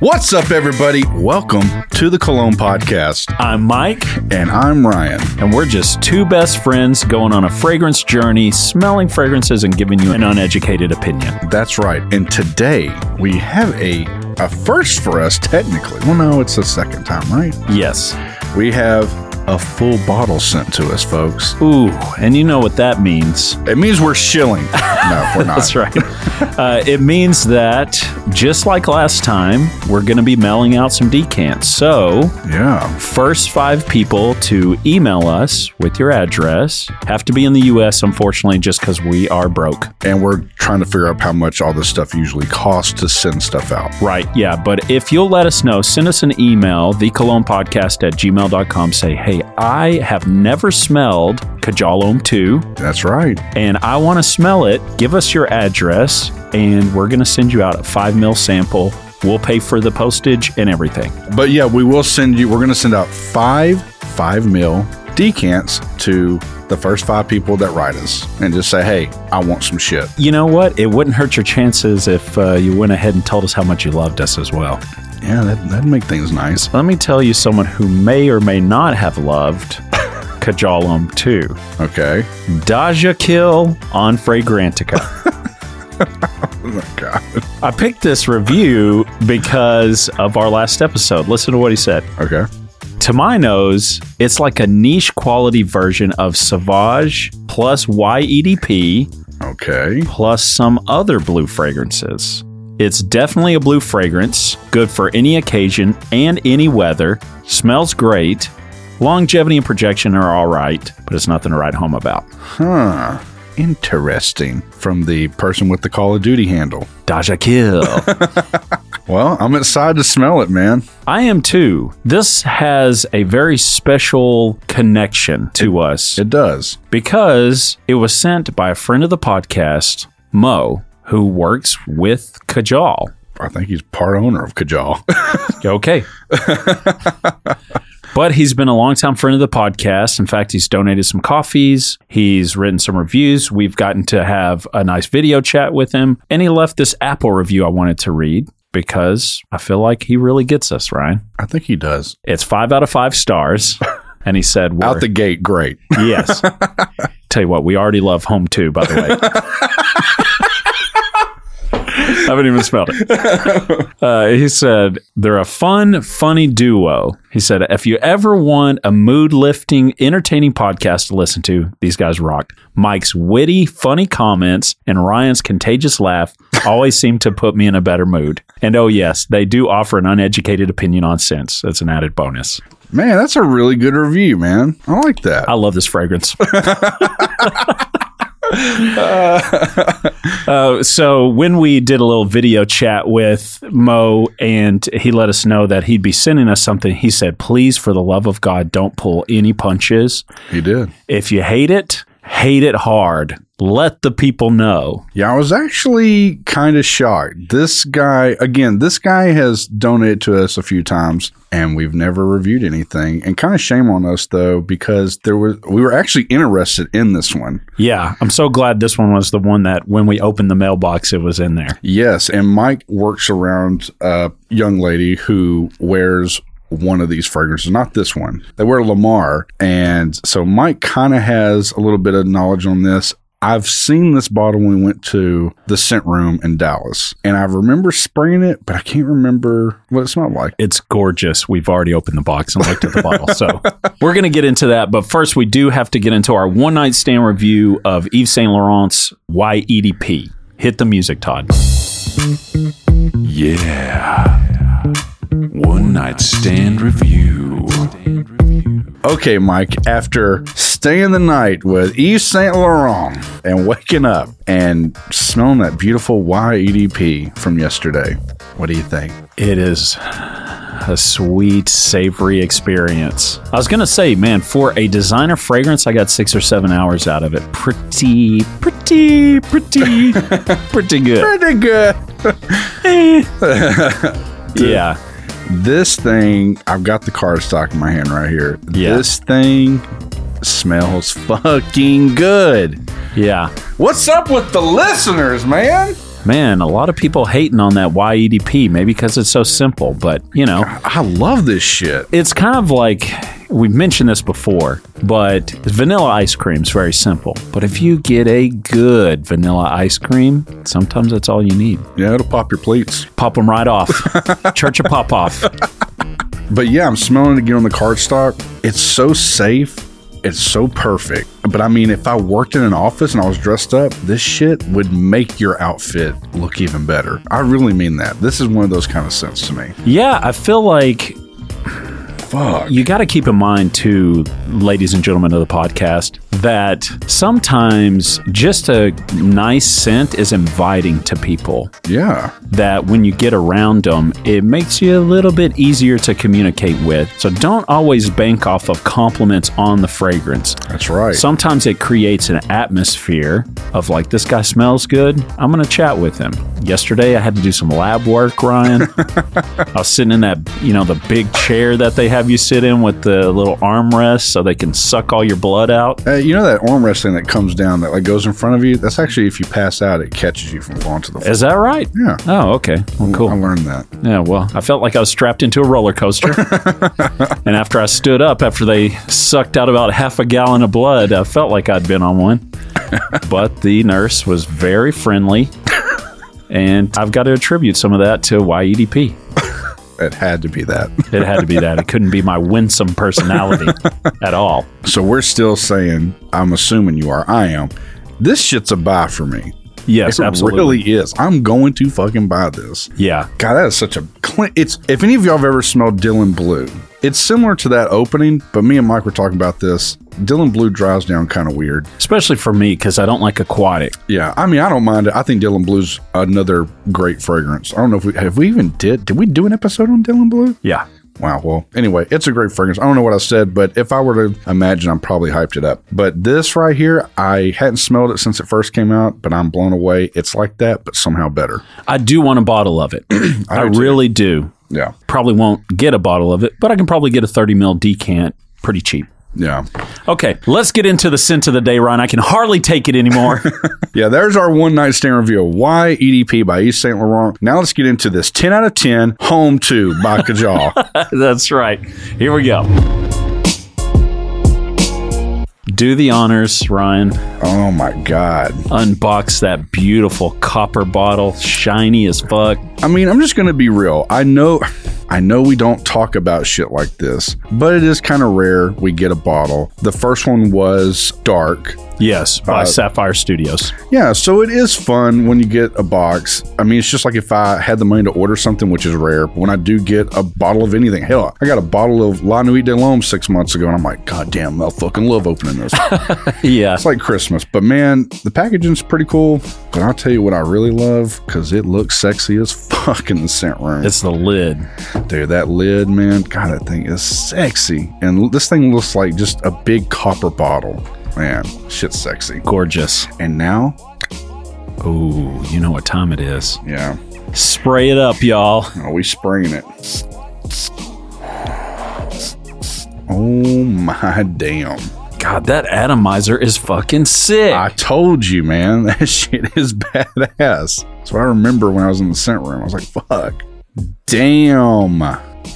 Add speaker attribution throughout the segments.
Speaker 1: What's up, everybody? Welcome to the Cologne Podcast.
Speaker 2: I'm Mike,
Speaker 1: And I'm Ryan.
Speaker 2: and we're just two best friends going on a fragrance journey, smelling fragrances and giving you an uneducated opinion.
Speaker 1: That's right. And today we have a a first for us technically. Well, no, it's the second time, right?
Speaker 2: Yes.
Speaker 1: We have a full bottle sent to us, folks.
Speaker 2: Ooh, and you know what that means.
Speaker 1: It means we're shilling. No, we're not.
Speaker 2: That's right. uh, it means that just like last time, we're going to be mailing out some decants. So,
Speaker 1: Yeah.
Speaker 2: first five people to email us with your address have to be in the U.S. Unfortunately, just because we are broke.
Speaker 1: And we're trying to figure out how much all this stuff usually costs to send stuff out.
Speaker 2: Right. Yeah. But if you'll let us know, send us an email, thecolognepodcast at gmail.com. Say, hey, I have never smelled Kajalom 2
Speaker 1: That's right.
Speaker 2: and I want to smell it. Give us your address and we're going to send you out a five mil sample. We'll pay for the postage and everything.
Speaker 1: But yeah, we will send you, we're going to send out five, five mil decants to the first five people that write us and just say, hey, I want some shit.
Speaker 2: You know what? It wouldn't hurt your chances if uh, you went ahead and told us how much you loved us as well.
Speaker 1: Yeah, that, that'd make things nice.
Speaker 2: Let me tell you someone who may or may not have loved Kajalom 2.
Speaker 1: Okay.
Speaker 2: Daja Kill on Fragrantica.
Speaker 1: Oh my God.
Speaker 2: I picked this review because of our last episode. Listen to what he said.
Speaker 1: Okay.
Speaker 2: To my nose, it's like a niche quality version of Sauvage plus YEDP
Speaker 1: Okay.
Speaker 2: plus some other blue fragrances. It's definitely a blue fragrance, good for any occasion and any weather, smells great. Longevity and projection are all right, but it's nothing to write home about.
Speaker 1: Huh. Interesting. From the person with the Call of Duty handle.
Speaker 2: Daja Kill.
Speaker 1: Well, I'm excited to smell it, man.
Speaker 2: I am too. This has a very special connection to us
Speaker 1: It does.
Speaker 2: because it was sent by a friend of the podcast, Mo, who works with Kajal.
Speaker 1: I think he's part owner of Kajal.
Speaker 2: Okay. but he's been a longtime friend of the podcast. In fact, he's donated some coffees, he's written some reviews. We've gotten to have a nice video chat with him, and he left this Apple review I wanted to read because I feel like he really gets us, Ryan.
Speaker 1: I think he does.
Speaker 2: It's five out of five stars. And he said, "We're-
Speaker 1: Out the gate, great.
Speaker 2: Yes. Tell you what, we already love home too, by the way. I haven't even spelled it. Uh, he said, they're a fun, funny duo. He said, if you ever want a mood lifting, entertaining podcast to listen to, these guys rock. Mike's witty, funny comments and Ryan's contagious laugh always seem to put me in a better mood. And oh, yes, they do offer an uneducated opinion on scents. That's an added bonus.
Speaker 1: Man, that's a really good review, man. I like that.
Speaker 2: I love this fragrance. Uh, so when we did a little video chat with Mo and he let us know that he'd be sending us something, he said, "Please, for the love of God, don't pull any punches.
Speaker 1: He did.
Speaker 2: If you hate it, hate it hard. Let the people know."
Speaker 1: Yeah, I was actually kind of shocked. This guy, again, this guy has donated to us a few times and we've never reviewed anything. And kind of shame on us though because there was we were actually interested in this one.
Speaker 2: Yeah, I'm so glad this one was the one that when we opened the mailbox, it was in there.
Speaker 1: Yes, and Mike works around a young lady who wears one of these fragrances, not this one. They wear Lamar, and so Mike kind of has a little bit of knowledge on this. I've seen this bottle when we went to the scent room in Dallas, and I remember spraying it, but I can't remember what it smelled like.
Speaker 2: It's gorgeous. We've already opened the box and looked at the bottle. So we're going to get into that. But first, we do have to get into our one night stand review of Yves Saint Laurent's YEDP. Hit the music, Todd.
Speaker 3: Yeah. One night stand review.
Speaker 1: Okay, Mike, after staying the night with Yves Saint Laurent and waking up and smelling that beautiful YEDP from yesterday, what do you think?
Speaker 2: It is a sweet, savory experience. I was going to say, man, for a designer fragrance, I got six or seven hours out of it. Pretty, pretty, pretty, pretty good.
Speaker 1: pretty good.
Speaker 2: Yeah.
Speaker 1: This thing, I've got the card stock in my hand right here.
Speaker 2: Yeah.
Speaker 1: This thing smells fucking good.
Speaker 2: Yeah.
Speaker 1: What's up with the listeners, man?
Speaker 2: Man, a lot of people hating on that YEDP, maybe because it's so simple, but you know,
Speaker 1: I love this shit.
Speaker 2: it's kind of like we've mentioned this before, but vanilla ice cream is very simple. But if you get a good vanilla ice cream, sometimes that's all you need.
Speaker 1: Yeah, it'll pop your plates.
Speaker 2: Pop them right off. Church of Pop Off.
Speaker 1: But yeah, I'm smelling it again on the cardstock. It's so safe. It's so perfect. But I mean, if I worked in an office and I was dressed up, this shit would make your outfit look even better. I really mean that. This is one of those kind of scents to me.
Speaker 2: Yeah, I feel like
Speaker 1: Fuck.
Speaker 2: you got to keep in mind, too, ladies and gentlemen of the podcast, that sometimes just a nice scent is inviting to people.
Speaker 1: Yeah.
Speaker 2: that when you get around them, it makes you a little bit easier to communicate with. So don't always bank off of compliments on the fragrance.
Speaker 1: That's right.
Speaker 2: Sometimes it creates an atmosphere of like, this guy smells good. I'm going to chat with him. Yesterday, I had to do some lab work, Ryan. I was sitting in that, you know, the big chair that they have you sit in with the little armrest so they can suck all your blood out.
Speaker 1: Uh, you know that arm wrestling that comes down that like goes in front of you? That's actually if you pass out, it catches you from falling to the floor.
Speaker 2: Is that right?
Speaker 1: Yeah.
Speaker 2: Oh, okay. Well, cool.
Speaker 1: I learned that.
Speaker 2: Yeah, well, I felt like I was strapped into a roller coaster. and after I stood up, after they sucked out about half a gallon of blood, I felt like I'd been on one. but the nurse was very friendly. And I've got to attribute some of that to YEDP.
Speaker 1: It had to be that.
Speaker 2: It had to be that. It couldn't be my winsome personality at all.
Speaker 1: so we're still saying, I'm assuming you are. I am. This shit's a buy for me.
Speaker 2: Yes,
Speaker 1: it
Speaker 2: absolutely.
Speaker 1: really is. I'm going to fucking buy this.
Speaker 2: Yeah.
Speaker 1: God, that is such a clean. It's if any of y'all have ever smelled Dylan Blue, it's similar to that opening. But me and Mike were talking about this. Dylan Blue dries down kind of weird.
Speaker 2: Especially for me, because I don't like aquatic.
Speaker 1: Yeah, I mean, I don't mind it. I think Dylan Blue's another great fragrance. I don't know if we have we even did did we do an episode on Dylan Blue?
Speaker 2: Yeah.
Speaker 1: Wow. Well, anyway, it's a great fragrance. I don't know what I said, but if I were to imagine, I'm probably hyped it up. But this right here, I hadn't smelled it since it first came out, but I'm blown away. It's like that, but somehow better.
Speaker 2: I do want a bottle of it. I
Speaker 1: do too.
Speaker 2: really do.
Speaker 1: Yeah.
Speaker 2: probably won't get a bottle of it, but I can probably get a 30 mil decant pretty cheap.
Speaker 1: Yeah.
Speaker 2: Okay, let's get into the scent of the day, Ryan. I can hardly take it anymore.
Speaker 1: Yeah, there's our one night stand review of Why EDP by East St. Laurent. Now let's get into this 10 out of 10 Home 2 by Kajal.
Speaker 2: That's right. Here we go. Do the honors, Ryan.
Speaker 1: oh my God.
Speaker 2: Unbox that beautiful copper bottle, shiny as fuck.
Speaker 1: I mean, I'm just going to be real. I know. I know we don't talk about shit like this, but it is kind of rare we get a bottle. The first one was dark.
Speaker 2: Yes, uh, by Sapphire Studios.
Speaker 1: Yeah, so it is fun when you get a box. I mean, it's just like if I had the money to order something, which is rare, but when I do get a bottle of anything, hell, I got a bottle of La Nuit de l'Homme six months ago, and I'm like, God damn, I fucking love opening this.
Speaker 2: Yeah.
Speaker 1: It's like Christmas, but man, the packaging's pretty cool. But I'll tell you what I really love because it looks sexy as fuck in the scent room.
Speaker 2: It's the lid.
Speaker 1: Dude, that lid, man, God, that thing is sexy. And l- this thing looks like just a big copper bottle. Man, shit's sexy.
Speaker 2: Gorgeous.
Speaker 1: And now,
Speaker 2: Oh, you know what time it is.
Speaker 1: yeah,
Speaker 2: Spray it up, y'all.
Speaker 1: oh, we spraying it. Oh my damn.
Speaker 2: God, that atomizer is fucking sick.
Speaker 1: I told you, man, that shit is badass. So I remember when I was in the scent room, I was like, fuck. Damn.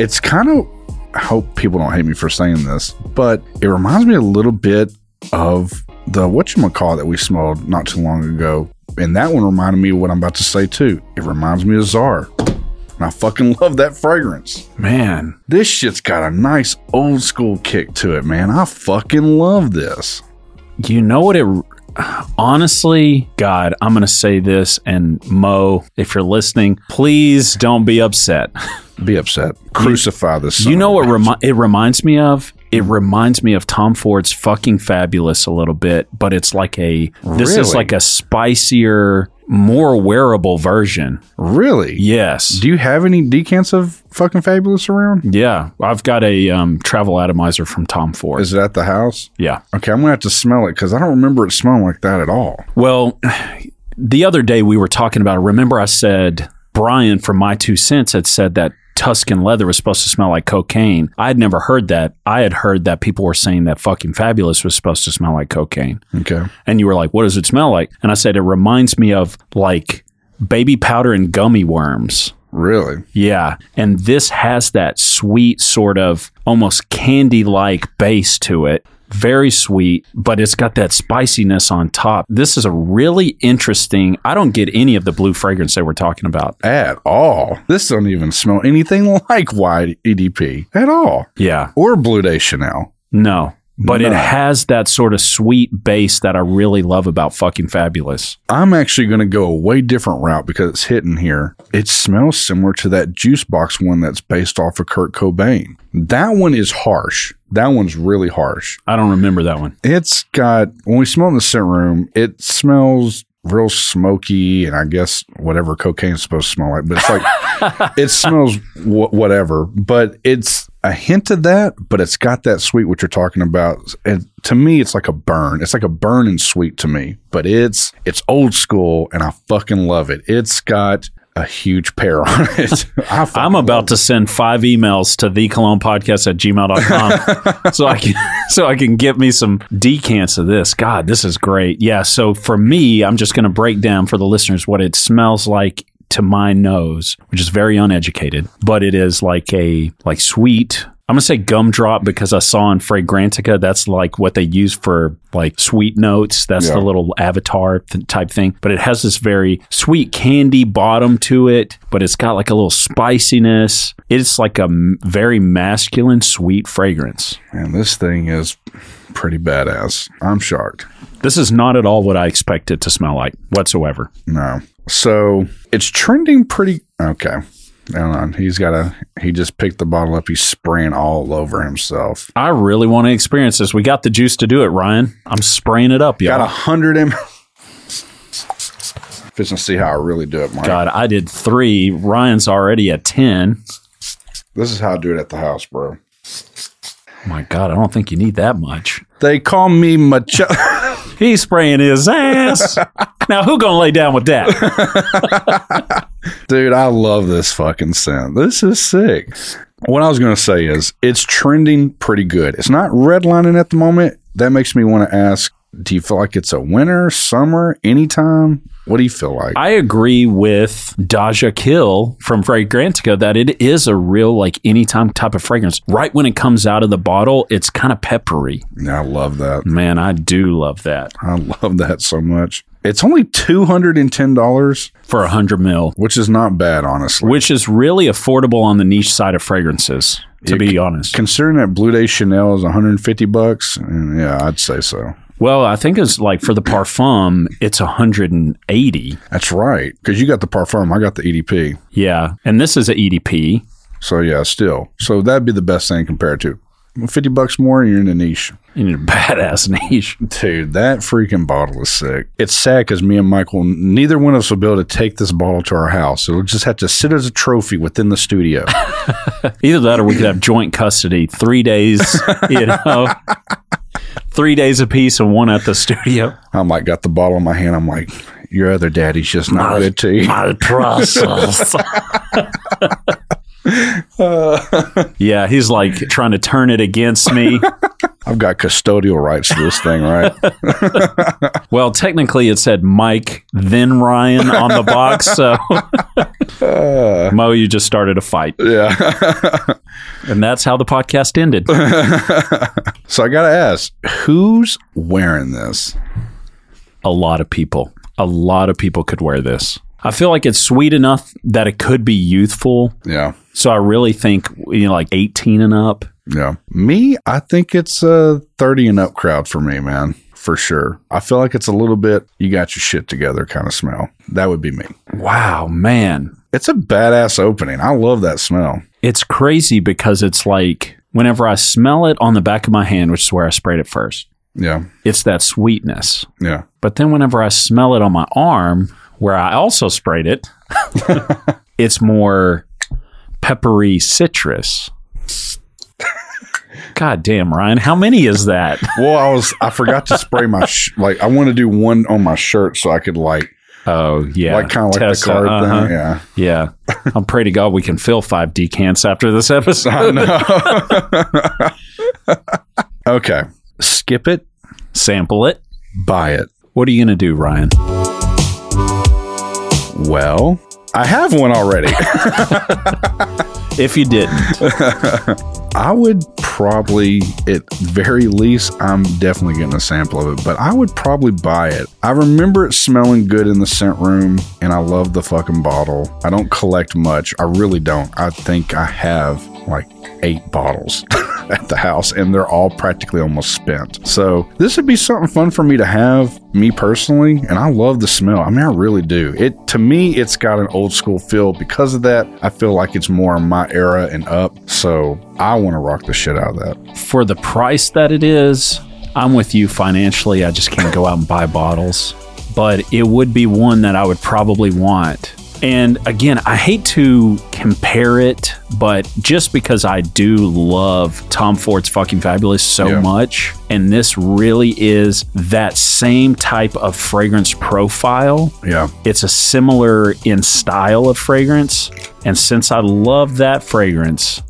Speaker 1: It's kind of, I hope people don't hate me for saying this, but it reminds me a little bit of the whatchamacallit that we smelled not too long ago. And that one reminded me of what I'm about to say too. It reminds me of Czar. And I fucking love that fragrance.
Speaker 2: Man,
Speaker 1: This shit's got a nice old school kick to it, man. I fucking love this.
Speaker 2: you know what it honestly god i'm gonna say this and mo if you're listening please don't be upset
Speaker 1: Be upset. Crucify this. son
Speaker 2: you
Speaker 1: of
Speaker 2: know
Speaker 1: a
Speaker 2: what remi- it reminds me of it reminds me of tom ford's fucking fabulous a little bit but it's like a this
Speaker 1: Really?
Speaker 2: is like a spicier more wearable version
Speaker 1: Really?
Speaker 2: yes
Speaker 1: Do you have any decants of fucking fabulous around?
Speaker 2: yeah i've got a um, travel atomizer from tom ford
Speaker 1: Is it at the house?
Speaker 2: yeah
Speaker 1: Okay, I'm gonna have to smell it because I don't remember it smelling like that at all.
Speaker 2: Well, the other day we were talking about. Remember, I said Brian from My Two Cents had said that Tuscan leather was supposed to smell like cocaine. I had never heard that. I had heard that people were saying that fucking fabulous was supposed to smell like cocaine.
Speaker 1: Okay,
Speaker 2: And you were like, "What does it smell like?" And I said, "It reminds me of like." baby powder and gummy worms.
Speaker 1: Really?
Speaker 2: Yeah. And this has that sweet sort of almost candy like base to it. Very sweet, but it's got that spiciness on top. This is a really interesting. I don't get any of the blue fragrance that we're talking about.
Speaker 1: At all. This don't even smell anything like wide EDP at all.
Speaker 2: Yeah.
Speaker 1: Or Blue Day Chanel.
Speaker 2: No. But it
Speaker 1: No.
Speaker 2: has that sort of sweet base that I really love about fucking fabulous.
Speaker 1: I'm actually going to go a way different route because it's hidden here. It smells similar to that juice box one that's based off of Kurt Cobain. That one is harsh. That one's really harsh.
Speaker 2: I don't remember that one.
Speaker 1: It's got, when we smell it in the scent room, it smells real smoky and I guess whatever cocaine's supposed to smell like, but it's like, it smells w- whatever, but it's a hint of that, but it's got that sweet, what you're talking about. And to me, it's like a burn. It's like a burn and sweet to me, but it's, it's old school and I fucking love it. It's got a huge pear on it. I fucking
Speaker 2: I'm about to send five emails to thecolognepodcast at gmail.com so I can so I can get me some decants of this. God, this is great. Yeah. So for me, I'm just gonna break down for the listeners what it smells like to my nose, which is very uneducated, but it is like a like sweet. I'm gonna say gumdrop because I saw in Fragrantica that's like what they use for like sweet notes. That's
Speaker 1: Yeah.
Speaker 2: the little avatar th- type thing, but it has this very sweet candy bottom to it, but it's got like a little spiciness. It's like a m- very masculine sweet fragrance.
Speaker 1: And this thing is pretty badass. I'm shocked.
Speaker 2: This is not at all what I expect it to smell like whatsoever.
Speaker 1: No. So it's trending pretty. Okay. Hold on. He's got a. He just picked the bottle up. He's spraying all over himself.
Speaker 2: I really want to experience this. We got the juice to do it, Ryan. I'm spraying it up, y'all.
Speaker 1: Got a hundred M. Just to see how I really do it, Mike.
Speaker 2: God, I did three. Ryan's already at 10.
Speaker 1: This is how I do it at the house, bro.
Speaker 2: My God, I don't think you need that much.
Speaker 1: They call me Macho.
Speaker 2: He's spraying his ass. now, who gonna lay down with that?
Speaker 1: Dude, I love this fucking scent. This is sick. What I was going to say is it's trending pretty good. It's not redlining at the moment. That makes me want to ask do you feel like it's a winter, summer, anytime? What do you feel like?
Speaker 2: I agree with Daja Kill from Fragrantica that it is a real like anytime type of fragrance. Right when it comes out of the bottle, it's kind of peppery.
Speaker 1: Yeah, I love that.
Speaker 2: Man, I do love that
Speaker 1: I love that so much. It's only two hundred and ten dollars,
Speaker 2: for a hundred mil,
Speaker 1: which is not bad, honestly.
Speaker 2: which is really affordable on the niche side of fragrances. To be honest,
Speaker 1: Considering that Blue Day Chanel is one hundred and fifty bucks, mm, yeah, I'd say so.
Speaker 2: well, I think it's like for the parfum, it's a hundred and eighty.
Speaker 1: That's right, because you got the parfum, I got the EDP.
Speaker 2: Yeah, and this is E an EDP.
Speaker 1: So yeah, still, so that'd be the best thing compared to fifty bucks more, and you're in a niche.
Speaker 2: You need a badass niche.
Speaker 1: Dude, that freaking bottle is sick. It's sad because me and Michael, neither one of us will be able to take this bottle to our house. It'll just have to sit as a trophy within the studio.
Speaker 2: Either that or we could have joint custody, three days, you know, three days apiece and one at the studio.
Speaker 1: I'm like, got the bottle in my hand. I'm like, your other daddy's just not good to you.
Speaker 2: process. yeah, he's like trying to turn it against me.
Speaker 1: I've got custodial rights to this thing, right?
Speaker 2: Well, technically, it said Mike, then Ryan on the box. So, Mo, you just started a fight.
Speaker 1: yeah.
Speaker 2: And that's how the podcast ended.
Speaker 1: So I got to ask, who's wearing this?
Speaker 2: a lot of people. A lot of people could wear this. I feel like it's sweet enough that it could be youthful.
Speaker 1: Yeah.
Speaker 2: So I really think you know, like eighteen and up.
Speaker 1: Yeah. Me, I think it's a 30 and up crowd for me, man, for sure. I feel like it's a little bit, you got your shit together kind of smell. That would be me.
Speaker 2: Wow, man,
Speaker 1: It's a badass opening. I love that smell.
Speaker 2: it's crazy because it's like whenever I smell it on the back of my hand, which is where I sprayed it first,
Speaker 1: Yeah.
Speaker 2: it's that sweetness.
Speaker 1: Yeah.
Speaker 2: But then whenever I smell it on my arm, where I also sprayed it, it's more peppery citrus. God damn, Ryan, how many is that?
Speaker 1: Well, I was, I forgot to spray my, sh- like, I want to do one on my shirt so I could, like,
Speaker 2: Oh yeah,
Speaker 1: like, kind of like the
Speaker 2: Tessa,
Speaker 1: card
Speaker 2: uh-huh.
Speaker 1: thing. Yeah.
Speaker 2: Yeah, I'm pray to God we can fill five decants after this episode.
Speaker 1: Okay. Skip it,
Speaker 2: Sample it.
Speaker 1: buy it.
Speaker 2: What are you gonna do, Ryan?
Speaker 1: Well, I have one already.
Speaker 2: If you didn't,
Speaker 1: I would probably, at very least, I'm definitely getting a sample of it, but I would probably buy it. I remember it smelling good in the scent room, and I love the fucking bottle. I don't collect much. I really don't. I think I have like eight bottles at the house, and they're all practically almost spent. So this would be something fun for me to have, me personally, and I love the smell. I mean, I really do. It to me, it's got an old school feel. Because of that, I feel like it's more my era and up. So I want to rock the shit out of that.
Speaker 2: for the price that it is, I'm with you financially. I just can't go out and buy bottles, but it would be one that I would probably want. And again, I hate to compare it, but just because I do love Tom Ford's fucking fabulous so
Speaker 1: Yeah.
Speaker 2: much, and this really is that same type of fragrance profile
Speaker 1: Yeah.
Speaker 2: it's a similar in style of fragrance. And since I love that fragrance,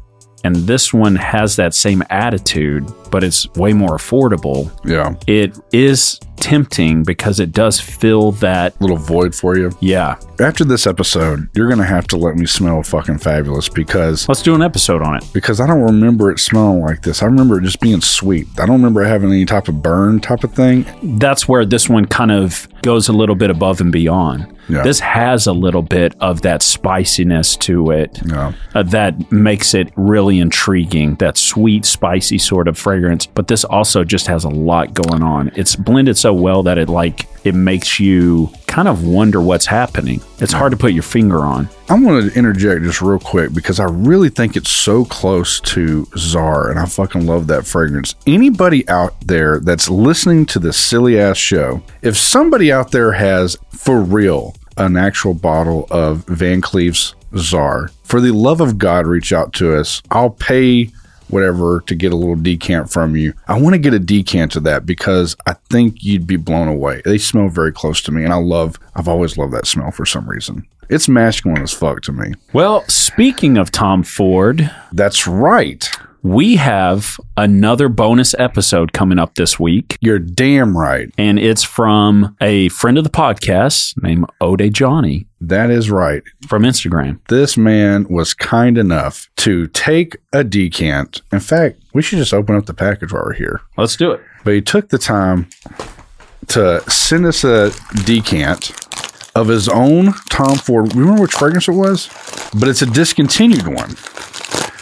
Speaker 2: and this one has that same attitude, but it's way more affordable,
Speaker 1: Yeah.
Speaker 2: it is tempting because it does fill that.
Speaker 1: Little void for you.
Speaker 2: Yeah.
Speaker 1: After this episode, you're gonna have to let me smell fucking fabulous because
Speaker 2: Let's do an episode on it.
Speaker 1: because I don't remember it smelling like this. I remember it just being sweet. I don't remember having any type of burn type of thing.
Speaker 2: That's where this one kind of goes a little bit above and beyond.
Speaker 1: Yeah.
Speaker 2: This has a little bit of that spiciness to it.
Speaker 1: Yeah.
Speaker 2: uh, that makes it really intriguing. That sweet, spicy sort of fragrance. But this also just has a lot going on. It's blended so well that it like it makes you kind of wonder what's happening. It's hard to put your finger on.
Speaker 1: I want to interject just real quick because I really think it's so close to Czar and I fucking love that fragrance. Anybody out there that's listening to this silly ass show, if somebody out there has for real an actual bottle of Van Cleef's Czar, for the love of God, reach out to us. I'll pay whatever to get a little decant from you. I want to get a decant of that because I think you'd be blown away. They smell very close to me and I love I've always loved that smell for some reason. It's masculine as fuck to me.
Speaker 2: Well, speaking of Tom Ford,
Speaker 1: That's right.
Speaker 2: we have another bonus episode coming up this week.
Speaker 1: You're damn right.
Speaker 2: And it's from a friend of the podcast named Ode Johnny
Speaker 1: That is right.
Speaker 2: from Instagram.
Speaker 1: This man was kind enough to take a decant. In fact, we should just open up the package while we're here.
Speaker 2: Let's do it.
Speaker 1: but he took the time to send us a decant of his own Tom Ford. Remember which fragrance it was? But it's a discontinued one.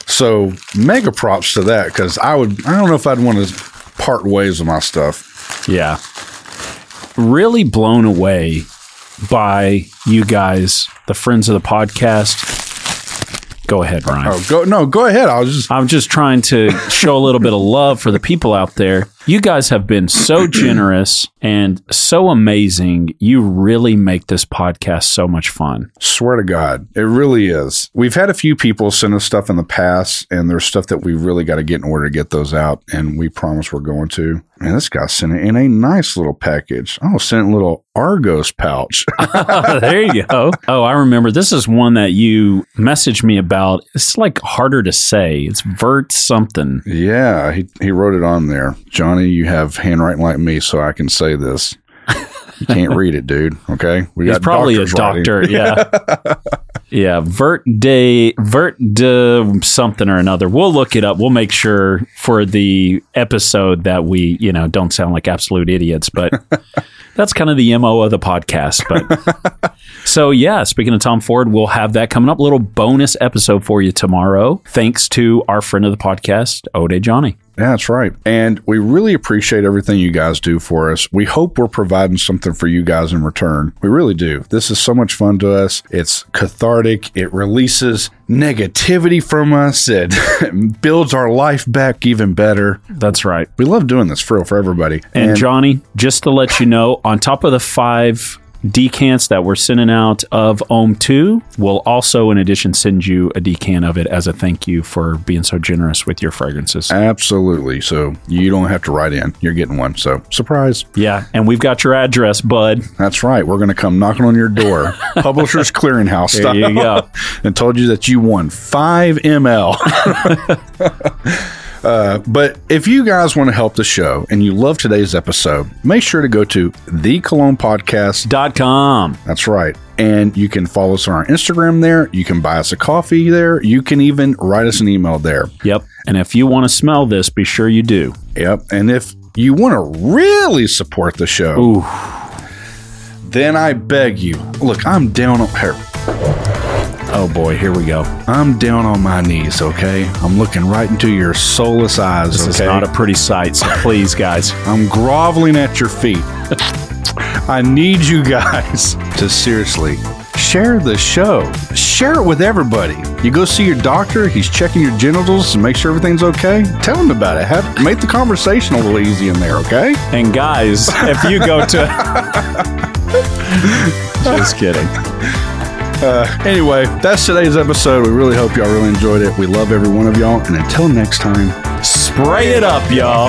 Speaker 1: So mega props to that because I would I don't know if I'd want to part ways with my stuff.
Speaker 2: Yeah. Really blown away by you guys, the friends of the podcast. Go ahead, Ryan.
Speaker 1: Oh go no, go ahead. I'll just
Speaker 2: I'm just trying to show a little bit of love for the people out there. You guys have been so generous and so amazing. You really make this podcast so much fun.
Speaker 1: Swear to God, it really is. We've had a few people send us stuff in the past, and there's stuff that we really got to get in order to get those out, and we promise we're going to. Man, this guy sent it in a nice little package. Oh, sent a little Argos pouch.
Speaker 2: there you go. Oh, I remember. This is one that you messaged me about. It's like harder to say. It's vert something.
Speaker 1: yeah, he, he wrote it on there. Johnny, you have handwriting like me, so I can say this. You can't read it, dude. Okay, we
Speaker 2: He's probably a
Speaker 1: doctors writing.
Speaker 2: doctor. Yeah. yeah. Vert de, Vert de something or another. We'll look it up. We'll make sure for the episode that we, you know, don't sound like absolute idiots, but that's kind of the MO of the podcast. But so, yeah, speaking of Tom Ford, we'll have that coming up. Little bonus episode for you tomorrow. Thanks to our friend of the podcast, Ode Johnny.
Speaker 1: Yeah, that's right. And we really appreciate everything you guys do for us. We hope we're providing something for you guys in return. We really do. This is so much fun to us. It's cathartic. It releases negativity from us. It builds our life back even better.
Speaker 2: That's right.
Speaker 1: We love doing this for real for everybody.
Speaker 2: And, Johnny, just to let you know, on top of the five decants that we're sending out of Ohm 2, we'll also, in addition, send you a decant of it as a thank you for being so generous with your fragrances.
Speaker 1: absolutely. So you don't have to write in. You're getting one. So surprise.
Speaker 2: Yeah. And we've got your address, bud.
Speaker 1: That's right. We're going to come knocking on your door. Publishers Clearinghouse
Speaker 2: There
Speaker 1: style.
Speaker 2: you go.
Speaker 1: and told you that you won 5 ml. Uh, but if you guys want to help the show and you love today's episode, make sure to go to the Cologne Podcast
Speaker 2: Dot com.
Speaker 1: That's right. And you can follow us on our Instagram there. You can buy us a coffee there. You can even write us an email there.
Speaker 2: Yep. And if you want to smell this, be sure you do.
Speaker 1: Yep. And if you want to really support the show,
Speaker 2: Ooh.
Speaker 1: then I beg you. Look, I'm down on here.
Speaker 2: Oh boy, here we go.
Speaker 1: I'm down on my knees, okay? I'm looking right into your soulless eyes,
Speaker 2: This
Speaker 1: okay?
Speaker 2: is not a pretty sight, so please, guys.
Speaker 1: I'm groveling at your feet. I need you guys to seriously share the show. Share it with everybody. You go see your doctor, he's checking your genitals to make sure everything's okay. Tell him about it. Have, make the conversation a little easy in there, okay?
Speaker 2: And guys, if you go to. Just kidding.
Speaker 1: Anyway, that's today's episode. We really hope y'all really enjoyed it. We love every one of y'all. And until next time,
Speaker 2: Spray it up, y'all.